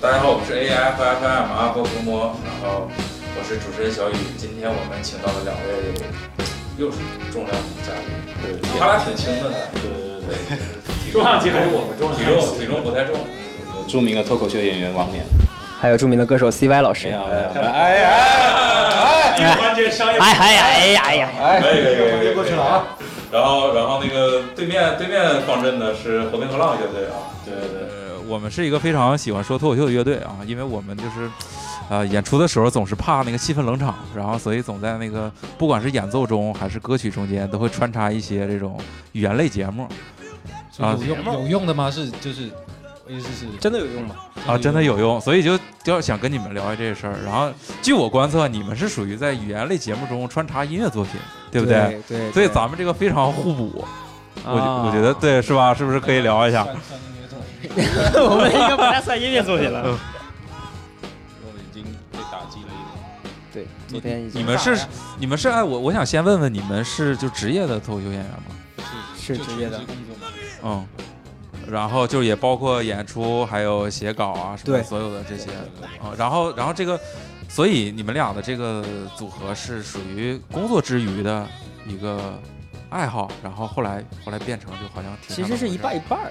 大家好，我们是 AF FM 阿波伏魔，然后我是主持人小雨。今天我们请到了两位，又是重量级嘉宾，对对他俩挺轻的呢，对对体重重量级还是我们重体量重体级？重不太重。对，著名的脱口秀演员王冕。还有著名的歌手 CY 老师。没有哎没有，哎呀哎一呀环节商业哎哎呀哎呀哎呀！哎可以可以可以我就过去了啊。然后然后那个对面对面方阵的是和平和浪乐队啊，对对对，呃，我们是一个非常喜欢说脱口秀的乐队啊，因为我们就是，呃，演出的时候总是怕那个气氛冷场，然后所以总在那个不管是演奏中还是歌曲中间，都会穿插一些这种语言类节目啊所以有用有用的吗？是就是，我意思是真的有用吗？啊，真的有用，所以就要想跟你们聊一这事儿。然后据我观测，你们是属于在语言类节目中穿插音乐作品，对不对？？对，所以咱们这个非常互补，我觉、啊我觉得对，是吧？是不是可以聊一下？算算那个作品我们应该不太算音乐作品呃了。我已经被打击了一对，昨天已经你们是你们是哎，我我想先问问你们是就职业的脱口秀演员吗？是职业就的全职工作嘛嗯，然后就也包括演出，还有写稿啊什么对所有的这些啊、然后，然后这个，所以你们俩的这个组合是属于工作之余的一个爱好，然后后来后来变成就好像挺其实是一半一半儿。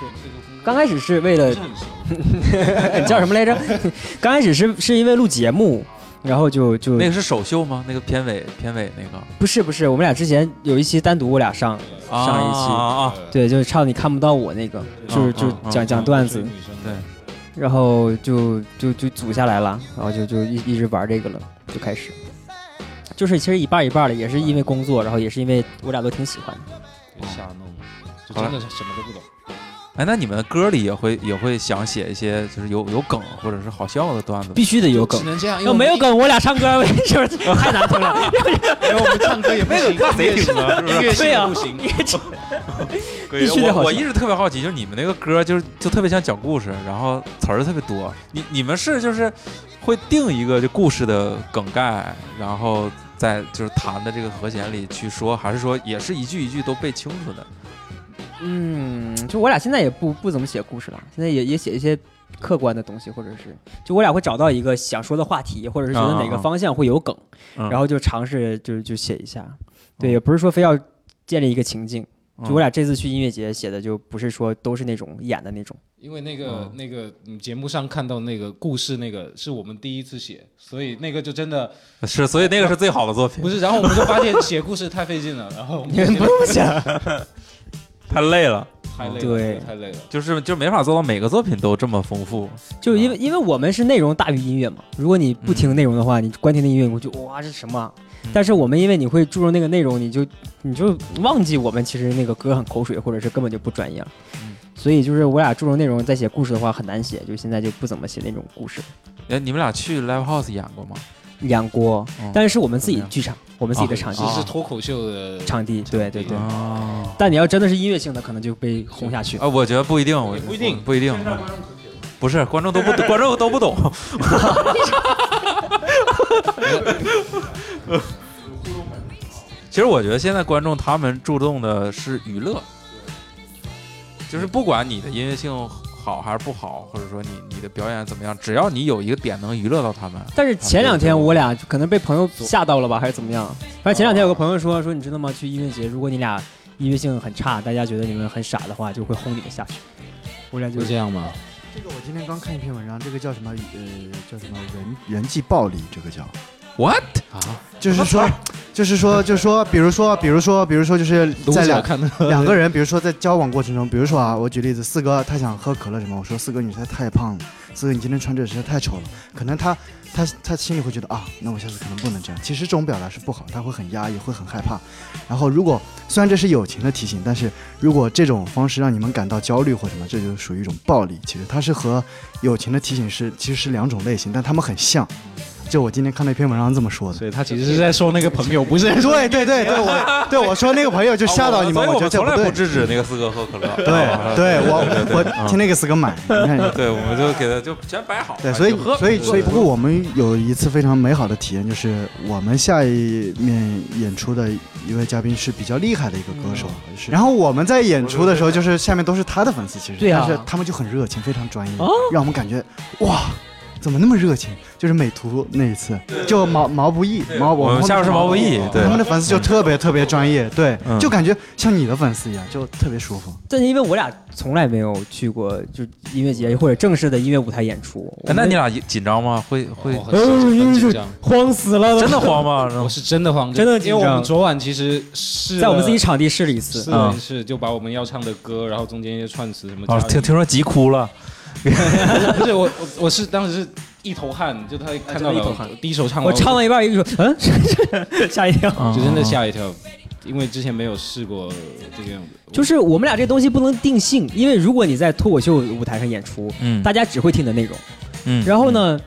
对，呃这个工作刚开始 是为了正常你叫什么来着？ 刚开始是是因为录节目，然后就就那个是首秀吗？那个片尾片尾那个不是不是，我们俩之前有一期单独我俩上，啊上一期啊啊啊个。对，就是唱你看不到我那个，就是就嗯嗯讲讲段子，女生的然后就就就组下来了，然后就就一一直玩这个了，就开始。就是其实一半儿一半儿的，也是因为工作，然后也是因为我俩都挺喜欢的。别瞎弄，就真的是什么都不懂。哎，那你们歌里也会也会想写一些就是有有梗或者是好笑的段子吗？必须得有梗只，能这样， 因为要哎没有梗，我俩唱歌 是不是太难听 了？因为我们唱歌也不行，那贼听啊，是不是音乐对性啊不行。 必须得好我我笑一直特别好奇，就是你们那个歌，就是就特别像讲故事，然后词儿特别多。你你们是就是会定一个就故事的梗概，然后在就是弹的这个和弦里去说，还是说也是一句一句都背清楚的？嗯，就我俩现在也不不怎么写故事了，现在也也写一些客观的东西，或者是就我俩会找到一个想说的话题，或者是觉得哪个方向会有梗，嗯然后就尝试就就写一下。对，也不是说非要建立一个情境。嗯就我俩这次去音乐节写的，就不是说都是那种演的那种。因为那个、那个嗯节目上看到那个故事那个是我们第一次写，所以那个就真的呃是，所以那个是最好的作品不，是。然后我们就发现写故事太费劲了，然后我们 你们不用想，太累了，太累 了，对太累了。就是就没法做到每个作品都这么丰富。就啊因为因为我们是内容大于音乐嘛。如果你不听内容的话，你光听那音乐，我就哇这什么啊、嗯但是我们因为你会注重那个内容，你就你就忘记我们其实那个歌很口水，或者是根本就不专业了。嗯所以就是我俩注重内容，在写故事的话很难写，就现在就不怎么写那种故事。哎，你们俩去 live house 演过吗？演过，嗯但是我们自怎己么样剧场，我们自己的啊场地，这是脱口秀的场地，对对对。啊但你要真的是音乐性的，可能就被轰下 去。啊，我觉得不一定，我不一定不一定。不是观众都不观众都不懂， 其实我觉得现在观众他们注重的是娱乐，就是不管你的音乐性好还是不好，或者说你你的表演怎么样，只要你有一个点能娱乐到他们，但是前两天我俩就可能被朋友吓到了吧，还是怎么样？反正前两天有个朋友说说，你知道吗？去音乐节，如果你俩音乐性很差，大家觉得你们很傻的话，就会轰你们下去。我俩就就这样吗？这个我今天刚看一篇文章，这个叫什么？呃，叫什么人人际暴力？这个叫 what 就是说，就是说，就是说，比如说，比如说，比如说，就是读在者两看 的，两个人，比如说在交往过程中，比如说啊，我举例子，四哥他想喝可乐什么，我说四哥你实在太胖了，四哥你今天穿这实在太丑了，可能他他他心里会觉得啊，那我下次可能不能这样。其实这种表达是不好，他会很压抑，会很害怕。然后如果虽然这是友情的提醒，但是如果这种方式让你们感到焦虑或什么，这就属于一种暴力。其实它是和友情的提醒是其实是两种类型，但他们很像。就我今天看那篇文章这么说的。所以他其实是在说那个朋友，不是说对对对对，我对我说那个朋友就吓到你们，所以我啊我觉得们这从来对不。制止那个四哥喝可乐。 对啊对，对嗯对我对我替那个四 哥买，你看对，我们就给他就全摆好了。啊对，所哎以就喝所以所以，对不过我们有一次非常美好的体验，就是我们下一面演出的一位嘉宾是比较厉害的一个歌手，嗯是然后我们在演出的时候，就是下面都是他的粉丝，其实，对啊但是他们就很热情，非常专业，哦让我们感觉哇。怎么那么热情？就是美图那一次，就毛毛不易，毛我们下面面是毛不易，对他，们的粉丝就特别特别专业，对，嗯就感觉像你的粉丝一样，就特别舒服。但是因为我俩从来没有去过就音乐节或者正式的音乐舞台演出，哎哎那你俩紧张吗？会会我哦很紧张，慌死了，真的慌吗？我是真的慌，真的紧因为张我们昨晚其实是在我们自己场地试了一次是，啊嗯是就把我们要唱的歌，然后中间一些串词什么加哦入，听听说急哭了， 不是我我我是当时是一头汗，就他看到真的一头了汗第一首唱完我啊唱到一半儿一个说， 嗯， 吓一跳。就真的吓一跳，因为之前没有试过这个样子，就是我们俩这东西不能定性，因为如果你在脱口秀舞台上演出，嗯大家只会听你的内容。嗯然后呢，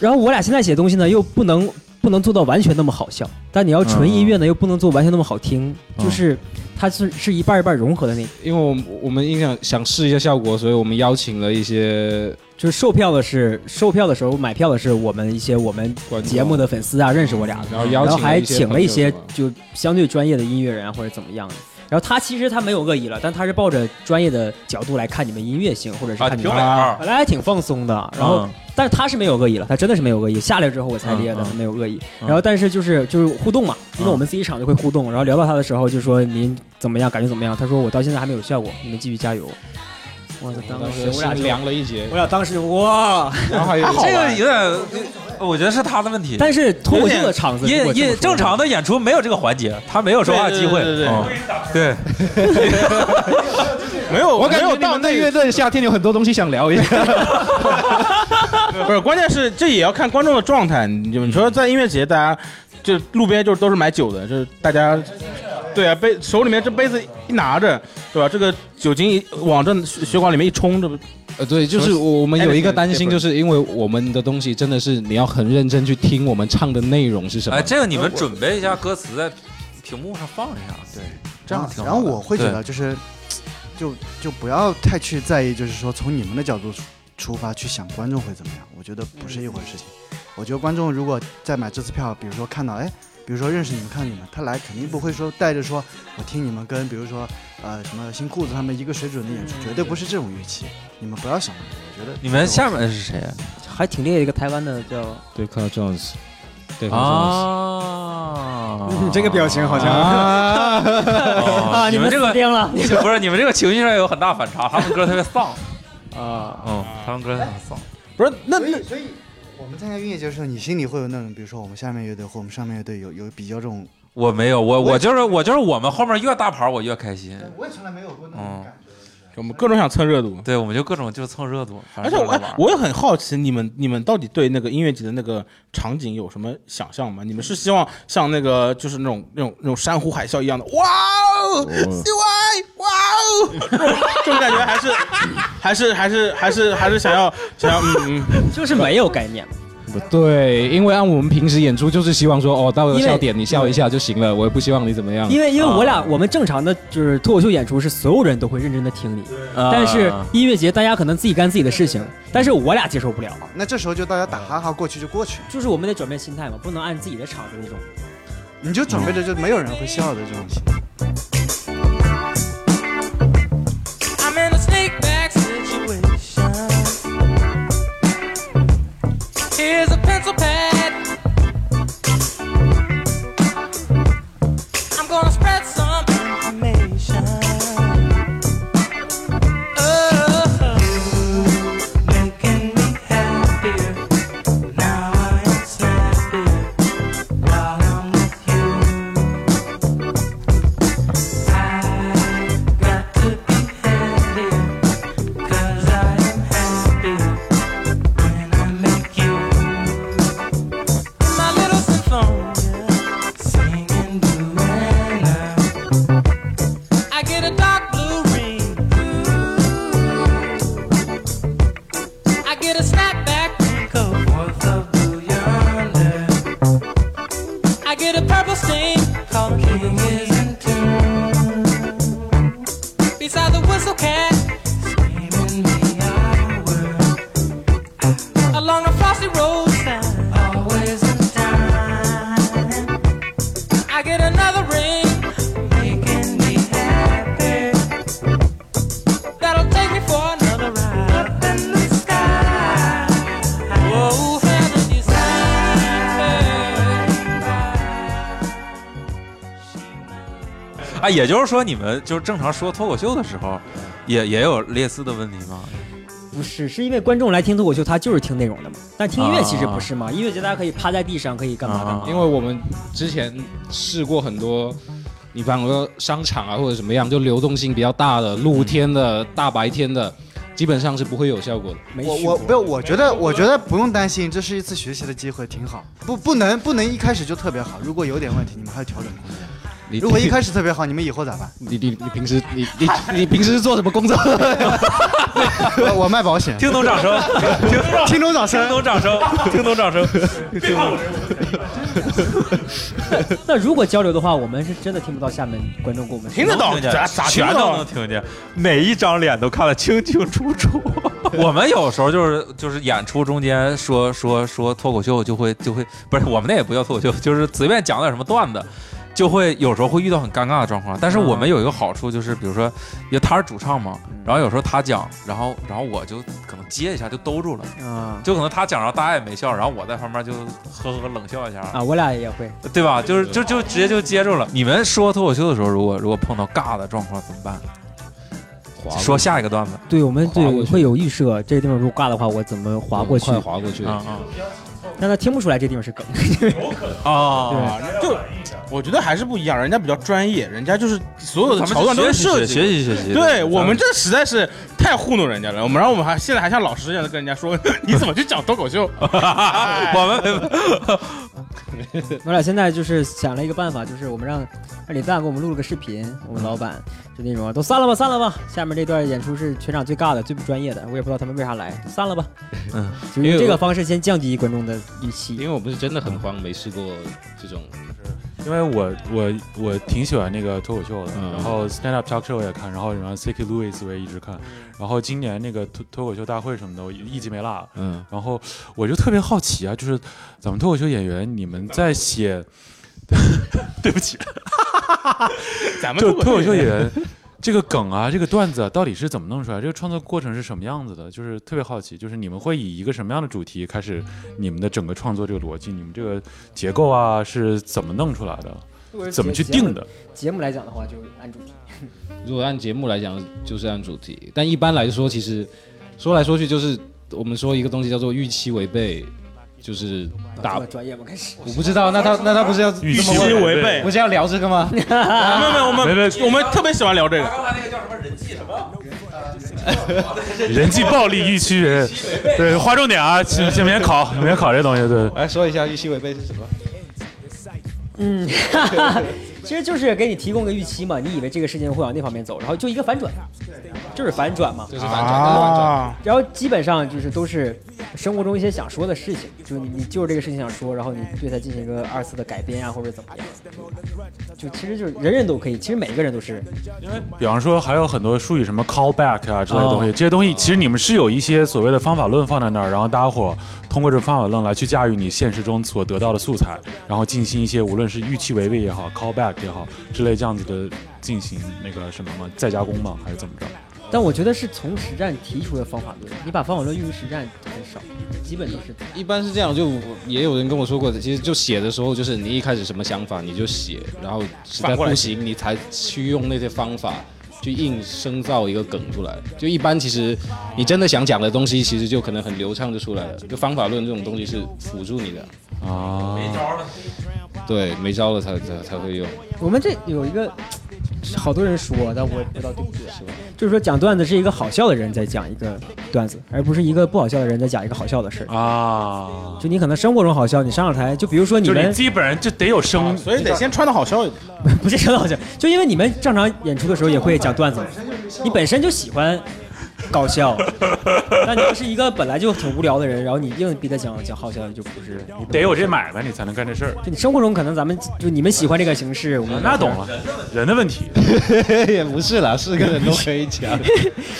然后我俩现在写东西呢，又不能不能做到完全那么好笑，但你要纯音乐呢，又不能做完全那么好听，嗯就是它是是一半儿一半儿融合的那，因为我们我们印象想试一下效果，所以我们邀请了一些就是售票的是售票的时候买票的是我们一些我们观众节目的粉丝啊，认识我俩嗯的，然后邀然请后还请了一些朋友就相对专业的音乐人啊或者怎么样的。然后他其实他没有恶意了，但他是抱着专业的角度来看你们音乐性，或者是啊看你挺们好，本来还挺放松的，然后、嗯但是他是没有恶意了，他真的是没有恶意。下来之后我才理解嗯他嗯是没有恶意，嗯然后但是就是就是互动嘛，因为嗯我们自己场就会互动，然后聊到他的时候就说您怎么样，感觉怎么样？他说我到现在还没有效果，你们继续加油。哇塞，当当时时我俩心就凉了一截我，俩当时哇， 然后还有这个有点，我觉得是他的问题。但是脱口秀的场子也如果这么也说正常的演出没有这个环节，他没有说话机会，对对对对嗯对没 有，我感没觉有到到那那乐个，队夏天有很多东西想聊一下，不是，关键是这也要看观众的状态。你你说在音乐节，大家就路边就都是买酒的，就是大家。对啊，杯手里面这杯子一拿着，对吧？这个酒精一往这血血管里面一冲，这不 呃，对，就是我我们有一个担心，就是因为我们的东西真的是你要很认真去听我们唱的内容是什么哎，。这个你们准备一下歌词，在屏幕上放一下，对，这样挺好的。啊然后我会觉对得就是，就就不要太去在意，就是说从你们的角度出出发去想观众会怎么样，我觉得不是一回事情。我觉得观众如果在买这次票，比如说看到哎。比如说认识你们，看你们，他来肯定不会说带着说，我听你们跟比如说，呃，什么新裤子他们一个水准的演出，绝对不是这种预期。你们不要想那么多，我觉得你们下面是谁啊还挺厉害的一个台湾的叫对，Carl Jones，对啊？好啊，啊你们这死个定了 不是你们这个情绪上有很大反差，他们歌特别丧，啊！嗯，他们歌特别丧， 不是那所以，所以我们参加音乐节的时候，你心里会有那种，比如说我们下面乐队或我们上面乐队有有比较这种，我没有，我我就是我就是我们后面越大牌我越开心，我也从来没有过那嗯觉。我们各种想蹭热度，对，我们就各种就是蹭热度，反而且正我就是哎玩我也很好奇，你们你们到底对那个音乐节的那个场景有什么想象吗？你们是希望像那个就是那种那种那种山呼海啸一样的哇哦，CY 哇哦， 这种这种感觉还是还是还是还是还是想要想要嗯嗯，就是没有概念，不对，因为按我们平时演出就是希望说，哦，到了因为笑点你笑一下就行了，我也不希望你怎么嗯样。因为因为我啊俩我们正常的就是脱口秀演出是所有人都会认真的听你， 但是啊音乐节大家可能自己干自己的事情，但是我俩接受不了，那这时候就大家打哈哈过去就过去，就是我们得转变心态嘛，不能按自己的场子那种。你就准备着就没有人会笑的这种情况。 I'm in a snake bag situation. Here's a pencil pad. I'm gonna spread some information. Uh-huh. Oh, making me happier. Now I am snappier while I'm with you. I got to be happy, 'cause I am happy when I make you. My little symphonia, singing blue I get a dark blue ring. I get a snapback, think of blue yarn. sing. Called King is in tune. Beside the whistle cat, Giving me our world, along the frosty roadside, always in time, I get another ring making me happy. that'll take me for another ride. Up in the sky, Whoa, heaven is high. 啊，也就是说，你们就是正常说脱口秀的时候，也也有类似的问题吗？不是，是因为观众来听脱口秀，他就是听内容的嘛。但听音乐其实不是嘛，音乐节大家可以趴在地上，可以干嘛干嘛。啊因为我们之前试过很多，你比方说商场啊或者怎么样，就流动性比较大的、露天的、大白天的，基本上是不会有效果的。没我去我过不是，我觉得我觉得不用担心，这是一次学习的机会，挺好。不不能不能一开始就特别好，如果有点问题，你们还有调整空间。你如果一开始特别好，你们以后咋办？你你你平时你你你平时是做什么工 作？我我卖保险，听懂掌声，听懂听众掌听声。懂掌声，听懂掌声。那如果交流的话，我们是真的听不到下面观众跟我们说听得懂，听见咋咋听全得都能懂？听见，每一张脸都看得清清楚楚。 我们有时候就是就是演出中间说说说脱口秀，就会就会不是我们那也不叫脱口秀，就是随便讲点什么段子，就会有时候会遇到很尴尬的状况。但是我们有一个好处就是，比如说，因为他是主唱嘛，然后有时候他讲，然后然后我就可能接一下就兜住了，啊就可能他讲然后大家也没笑，然后我在旁边就呵呵冷笑一下，啊，我俩也会。对吧？就是就就直接就接住了。你们说脱口秀的时候，如果如果碰到尬的状况怎么办？说下一个段子对，我们划对过去会有预设，这个地方如果挂的话，我怎么划过去嗯快？划过去。啊啊让他听不出来这地方是梗。啊！就我觉得还是不一样，人家比较专业，人家就是所有咱的们桥段都是设学习计的。学习学 习。对我们这实在是太糊弄人家了，我们然后我们还现在还像老师一样的跟人家说 你怎么去讲脱口秀， 我们我俩现在就是想了一个办法，就是我们让让李诞给我们录了个视频，我们老板就那种啊都散了吧，散了吧。下面这段演出是全场最尬的、最不专业的，我也不知道他们为啥来，散了吧。嗯，就用这个方式先降低观众的预因期。为我们是真的很慌，没试过这种。因为我我我挺喜欢那个脱口秀的，嗯然后 stand up talk show 也看，然后然后 C.K. Lewis 我也一直看，然后今年那个脱脱口秀大会什么的，我一一集没落。嗯，然后我就特别好奇啊，就是咱们脱口秀演员，你们在写， 对不起，咱们就脱口口秀演也 员这个梗啊，这个段子啊，到底是怎么弄出来？这个创作过程是什么样子的？就是特别好奇，就是你们会以一个什么样的主题开始你们的整个创作这个逻辑，你们这个结构啊是怎么弄出来的？怎么去定的？？节目来讲的话，就按主题。如果按节目来讲，就是按主题，但一般来说，其实说来说去就是我们说一个东西叫做预期违背，就是打这么。专业吗？开始。我不知道，那他那他不是要预预期期违背不。是要聊这个 吗？没有没有，我们我们特别喜欢聊这个，人际暴力预期人，对，划重点啊，先先别考，别考这东西，对。来哎说一下预期违背是什么？其实就是给你提供个预期嘛，你以为这个事情会往那方面走，然后就一个反转，就是反转嘛。就是反转，就是反转。啊然后基本上就是都是生活中一些想说的事情，就是你你就是这个事情想说，然后你对它进行一个二次的改编啊，或者怎么样，就其实就是人人都可以，其实每个人都是比方说还有很多术语什么 callback 啊之类的东西，这些东西其实你们是有一些所谓的方法论放在那儿，然后大家伙通过这方法论来去驾驭你现实中所得到的素材，然后进行一些无论是预期违背也好，callback 也好之类这样子的进行那个什么嘛，再加工嘛，还是怎么着？但我觉得是从实战提出的方法论，你把方法论用于实战很少，基本都是一般是这样，就也有人跟我说过的，其实就写的时候，就是你一开始什么想法你就写，然后实在反过来不行你才去用那些方法去硬生造一个梗出来。就一般其实你真的想讲的东西，其实就可能很流畅就出来了。就方法论这种东西是辅助你的，啊， 对，没招了才才才会用。我们这有一个，好多人说，但我也不知道对不对，就是说讲段子是一个好笑的人在讲一个段子，而不是一个不好笑的人在讲一个好笑的事儿。啊，就你可能生活中好笑，你上了台，就比如说你就是你们基本上就得有声，嗯所以得先穿的好笑一点。不是真的好笑，就因为你们正常演出的时候也会讲段子嘛，你本身就喜欢搞 笑。那你要是一个本来就挺无聊的人，然后你硬逼他讲讲好笑，就不是。得有这买卖你才能干这事儿。就你生活中可能咱们就你们喜欢这个形式，我们那懂了，人的问题。也不是啦，是个人都可以讲，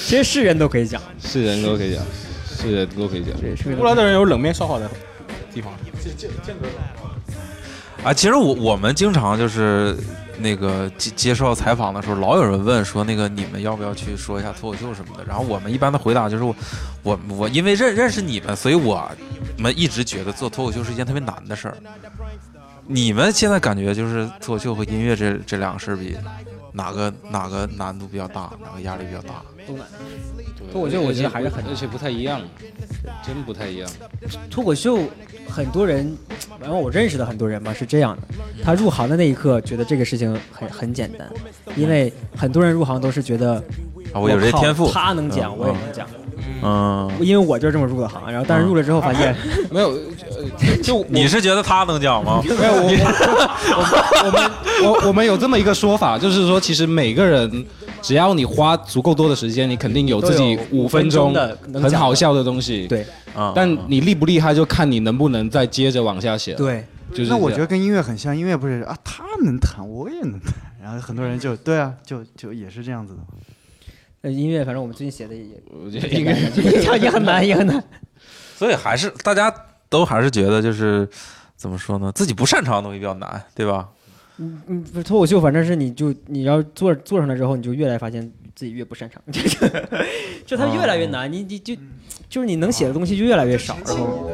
其实是人都可以讲。是人都可以讲，是人都可以讲。乌拉的人有冷面烧好的地方，啊，其实我我们经常就是那个接接受采访的时候，老有人问说那个你们要不要去说一下脱口秀什么的。然后我们一般的回答就是我我我因为认认识你们，所以我们一直觉得做脱口秀是一件特别难的事儿。你们现在感觉就是脱口秀和音乐这这两个事儿比，哪个哪个难度比较大，哪个压力比较大？脱口秀我觉得还是很而且不太一样，真不太一样。脱口秀很多人，然后我认识的很多人嘛是这样的，他入行的那一刻觉得这个事情很很简单，因为很多人入行都是觉得啊，我有这靠天赋。他能讲嗯我也能讲，嗯，因为我就是这么入的行，然后但是入了之后发啊现没有，呃就我你是觉得他能讲吗？没有，我我我们我我们有这么一个说法，就是说，其实每个人只要你花足够多的时间，你肯定有自己五分钟都有五分钟的很好笑的东西。，对啊，但你厉不厉害，就看你能不能再接着往下写。，对就是那我这觉得样跟音乐很像，音乐不是啊，他能弹，我也能弹，然后很多人就对啊，就就也是这样子的。呃音乐，反正我们最近写的也我觉得应该 也很难，也很难。所以还是大家都还是觉得就是怎么说呢，自己不擅长的东西比较难，对吧？嗯嗯，不是脱口秀，反正是你就你要做做上来之后，你就越来发现自己越不擅长， 就它越来越难，你你就嗯就是你能写的东西就越来越啊少，然后。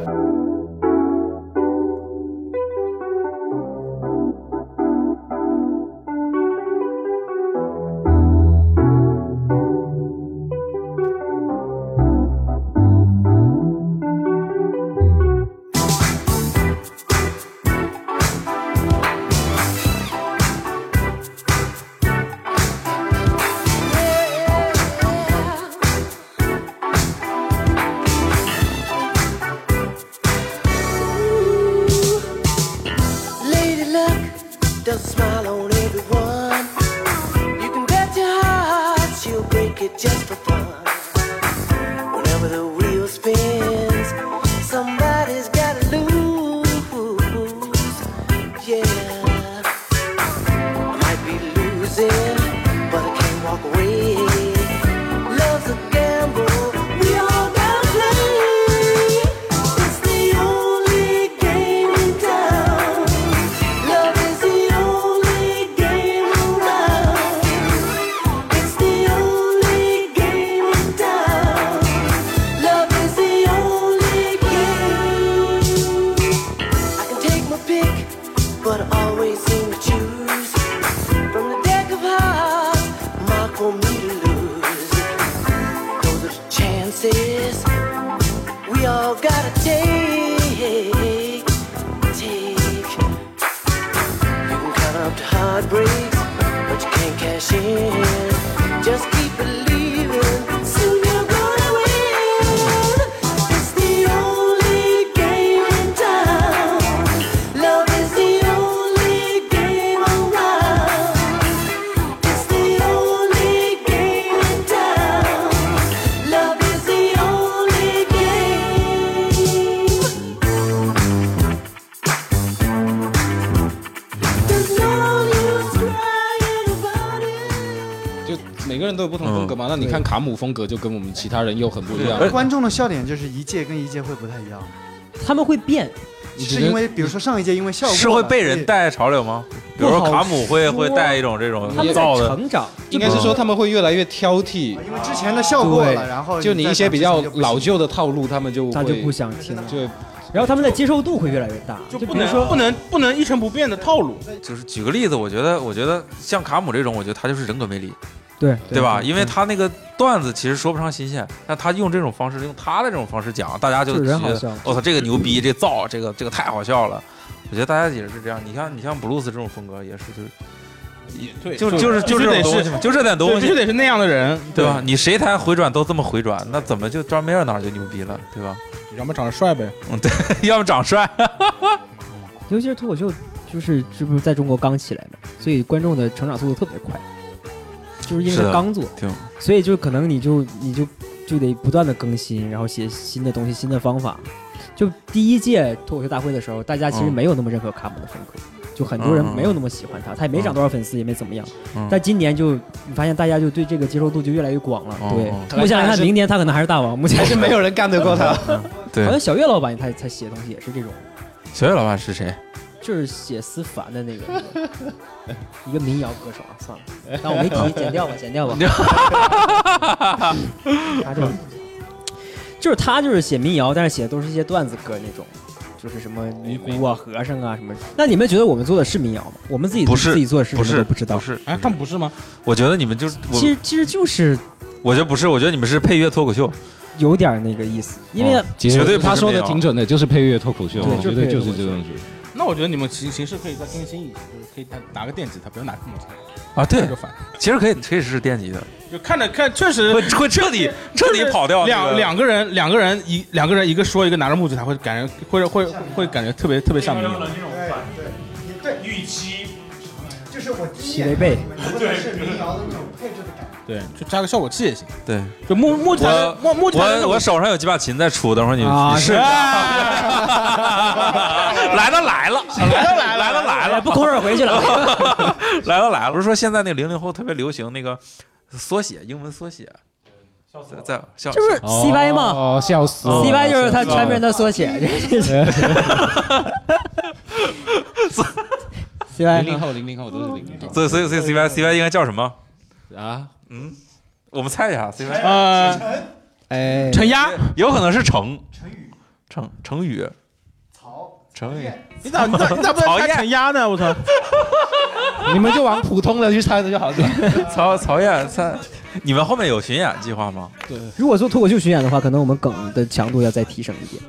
Lady luck does smile on everyone. You can bet your heart she'll break it just for fun. Whenever the wheel spins, somebody's gotta lose. Yeah. I might be losing, but I can't walk away. Love's a gamble. We all gotta play. It's the only game in town. Love is the only game around. It's the only game in town. Love is the only game. I can take my pick, but I always seem to choose from the deck of hearts marked for me to lose. Those are the chances we all gotta take. Take. You can count up to heartbreaks, but you can't cash in. Just keep believing. Soon you're gonna win. It's the only game in town. Love is the only game around. It's the only game in town. Love is the only game. There's no use crying about it. 就每个人都有不同风格嘛。那你看卡姆风格就跟我们其他人又很不一样。观众的笑点就是一届跟一届会不太一样，他们会变，嗯你觉是得因为比如说上一届因为效果是会被所人以带潮流吗？比如说卡姆会会带一种这种他们在造的，成长。应该是说他们会越来越挑剔，啊因为之前的效果对了，然后就你再一些讲比之前较就不行老旧的套路，他们就他就会不想听了，就会然后他们的接受度会越来越大。就就不比如能啊说，不能不能一成不变的套路。就是举个例子，我觉得我觉得像卡姆这种，我觉得他就是人格魅力，对对吧？因为他那个段子其实说不上新鲜，但他用这种方式，用他的这种方式讲，大家就就是觉人好得哦笑我操，这个牛逼，这造，这个这个太好笑了。我觉得大家也是这样，你像你像布鲁斯这种风格也是对，就就就是就必须这种得东是西，嘛，就这点对东必西须，得是那样的人，对吧？？你谁弹回转都这么回转，那怎么就张梅尔哪儿就牛逼了，对吧？要么长得帅呗， 要么长帅，尤其是脱口秀，就是这不是在中国刚起来嘛，所以观众的成长速度特别快，就是因为是他的刚做挺，所以就可能你就你就就得不断的更新，然后写新的东西、新的方法。就第一届脱口秀大会的时候，大家其实嗯没有那么认可卡姆的风格，就很多人嗯嗯嗯没有那么喜欢他，他也没涨多少粉丝，也没怎么样。嗯但今年就你发现大家就对这个接受度就越来越广了。哦哦对，目前来看，明年他可能还是大王。目前还是没有人干得过他。对好，像小岳老板他他写东西也是这种， 小岳老板是谁？就是写思凡的那个 一个民谣歌手啊，算了，但我没提，剪掉吧，剪掉吧。他这个就是他就是写民谣，但是写的都是一些段子歌那种。就是什么尼姑啊、和尚啊什么，那你们觉得我们做的是民谣吗？我们自己不是自己做的是不什么是都不知道。是，哎，他们不是吗？我觉得你们就是我其，实其实就是我觉得不是，我觉得你们是配乐脱口秀。有点那个意思，因为哦其实绝对不是他说没的有挺准的，就是配乐脱口秀，我对就觉是得配乐就脱是口这秀种剧。那我觉得你们形形式可以再更新一下，就是可以拿拿个电吉他，不要拿这么长，啊，对这，就烦。其实可以，可以是电吉的，就看着看，确实会会彻底彻底跑掉那两个两个人，两个人一两个人一个说一个拿着木吉他，会感觉会会会感觉特别特别像民谣。种对对，预期，就是我第洗了一背，对是民谣的那种配置的感觉。对，就加个效果器也行。对。就木木吉他我，木木吉他那我种，我手上有几把琴在出，等会儿你啊你试一下。 是来都来了，来都 来了，来都来哎，了，不空手回去哦了。来都来了。不是说现在那个零零后特别流行那个缩写，英文缩写，在在笑 这不是 CY 吗？哦，笑死我了 CY 就是他笑死我了全名的缩写。 零零 CY 后，零零后都是零零后所以所以所以 CY CY 应该叫什么？啊！我们猜一下，CY 呃，哎，陈鸭，有可能是成成语成成语曹成语你咋你咋你咋不讨能厌猜陈鸭呢？我操！你们就往普通的去猜的就好了。曹曹燕猜。你们后面有巡演计划吗？ 如果做脱口秀巡演的话，可能我们梗的强度要再提升一点，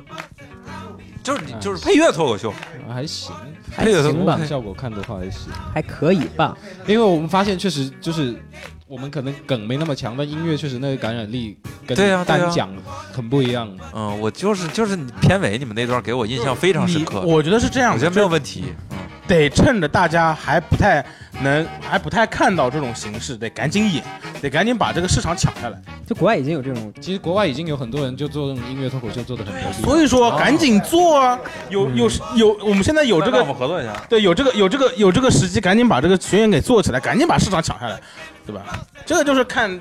就是你就是配乐脱口秀，还行，还行吧，效果看的话还行。还可以吧。因为我们发现确实就是我们可能梗没那么强，但音乐确实那个感染力跟对啊对啊单讲很不一样。嗯，我就是就是你片尾你们那段给我印象非常深你刻，我觉得是这样我觉的，得没有就问题。得趁着大家还不太能还不太看到这种形式，得赶紧演，得赶紧把这个市场抢下来。就国外已经有这种，其实国外已经有很多人就做这种音乐脱口秀做的很牛逼，所以哦说赶紧做啊！有有有，我们现在有这嗯那个我们合作一下。对，有这个有这个有这个时机，赶紧把这个学员给做起来，赶紧把市场抢下来，对吧？这个就是看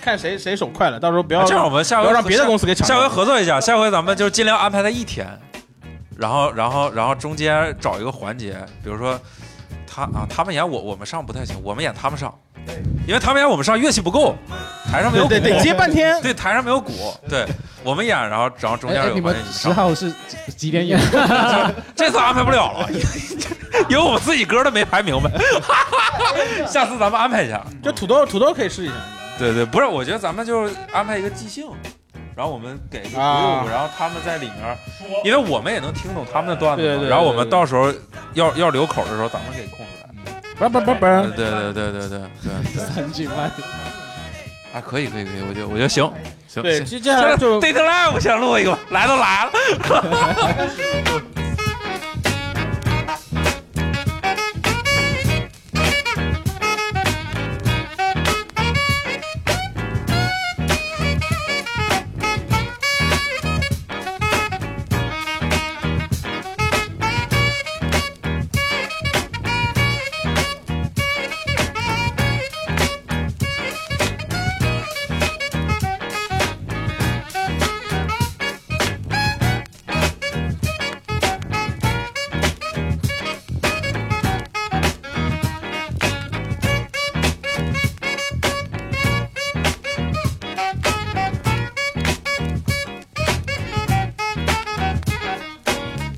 看谁谁手快了，到时候不要啊这样我们下不回要让别的公司给抢下了。回合作一下，下回咱们就尽量安排在一天，然后然后然后中间找一个环节，比如说他啊他们演我我们上不太行，我们演他们上，因为他们演我们上乐器不够，台上没有对鼓，对对，接半天。对台上没有鼓，对我们演，然后然后中哎间哎有你环们节你十上，号是几几点 演？这次安排不了 了，因为我们自己歌都没排明白， 下次咱们安排一下。就土豆土豆可以试一下，对对，不是，我觉得咱们就是安排一个即兴，然后我们给一个 group，、啊然后他们在里面儿，因为我们也能听懂他们的段子嘛，对对对然后我们到时候要要留口的时候，咱们给空出来。不不不不，对对对对对对 对，三句半。啊，可以可以可以，我觉得我觉得行行对，行接接下来就 Date Live 我想录一个，来都来了。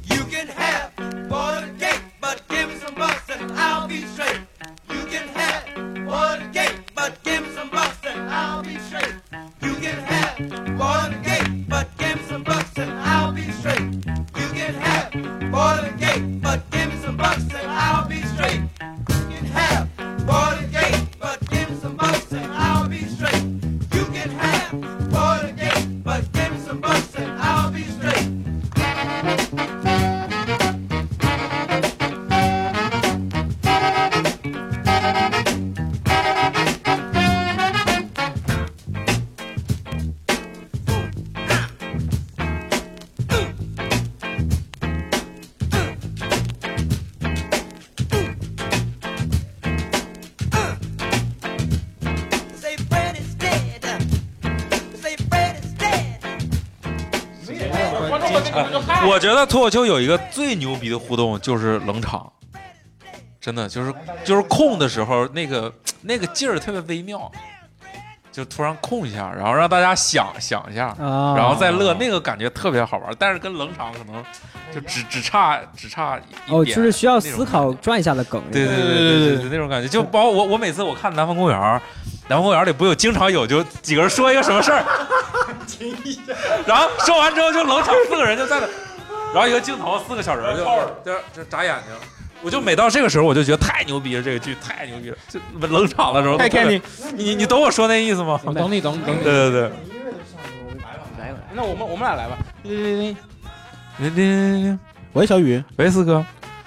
You can have water cake, but give me some bucks and I'll be straight. You can have water cake, but give me some bucks and I'll be straight. You can have water cake, but give me some bucks and I'll be straight. You can have water cake, but give me some bucks and I'll be straight. You can have water cake, but give me some bucks and I'll be straight. You can have water cake, but give me some bucks and I'll be straight. 我觉得脱口秀有一个最牛逼的互动就是冷场，真的就是就是空的时候那个那个劲儿特别微妙，就突然空一下，然后让大家想想一下，啊然后再乐，那个感觉特别好玩。但是跟冷场可能就只只差只差一哦，点就是需要那种思考转一下的梗。对对对对嗯对对，那种感觉，就包括我我每次我看《南方公园》，《南方公园》里不有经常有就几个人说一个什么事 儿，然后说完之后就冷场，四个人就在那，然后一个镜头四个小人儿就就就眨眼睛。我就每到这个时候，我就觉得太牛逼了，这个剧太牛逼了。就冷场的时候，太开明。你你懂我说那意思吗？我懂你懂你懂对你。 对对。那我们我们俩来吧。零零零零，喂，小雨，喂，四哥，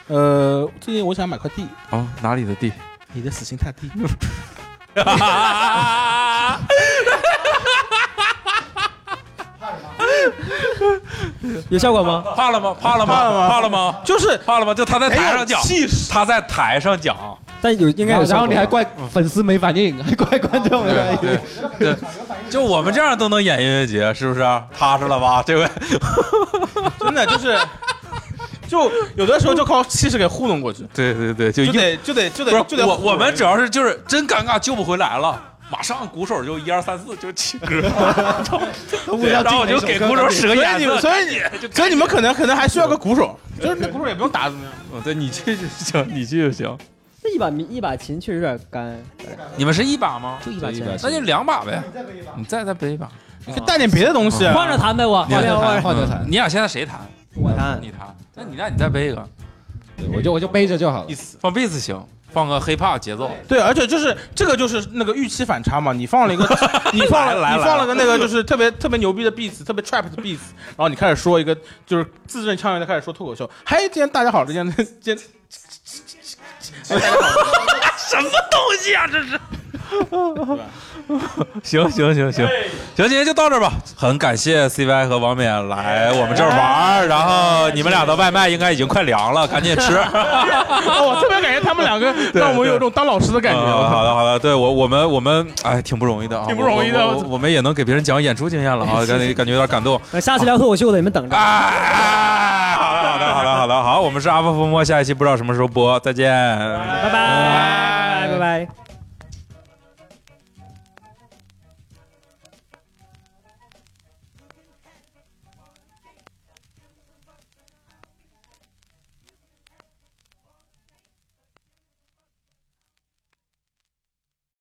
呃，最近我想买块地，哦，哪里的地？ 你的死心塌地。有效果吗？怕了吗？怕了吗？怕了吗怕了吗？ 就是怕了吗？就他在台上讲没有气，他在台上讲， 但有应该有效然果。后你还怪粉丝没反应，还怪观众没反应。对 对，就我们这样都能演音乐节，是不是？啊踏实了吧， 这位？ 真的就是，就有的时候就靠气势给糊弄过去，对对对，就就硬得就得就不是得就得我唬人我们主要是就是真尴尬救不回来了，马上鼓手就一二三四就起歌，对然后我就给鼓手使个所以眼你色，们所以你所以你们可能可能还需要个鼓手，就是那鼓手也不用打怎么样。嗯对你去就行， 你去就行。那一把米一把琴确实有点干，你们是一把吗？就一把琴就一，把琴那就两把呗，你再再背一把。你可以带点别的东西啊，换着弹呗，我你俩换换着嗯弹你俩现在谁弹？我弹。你弹，那你那你再背一个，对我就我就背着就好了意。思放 bass 行，放个 hiphop 节奏。对，而且就是这个就是那个预期反差嘛，你放了一个，你放了来了你放了个那个就是特别特别牛逼的 beats，特别 trap 的 beats，然后你开始说一个就是字正腔圆的开始说脱口秀，嗨，今天大家好，今天今天什么东西啊，这是。行行行行行，今天就到这儿吧。很感谢 CY 和王冕来我们这儿玩儿，然后你们俩的外卖应该已经快凉了，赶紧吃。哦，我特别感谢他们两个让我们有种当老师的感觉。嗯好的好的，对我我们我们哎挺不容易的啊，挺不容易的我我我我我们也能给别人讲演出经验了啊，感觉感觉有点感动。那下次聊脱口秀的，你们等着。哎，好了好了好了好了好，我们是阿发疯魔，下一期不知道什么时候播，再见。哎拜拜，拜拜。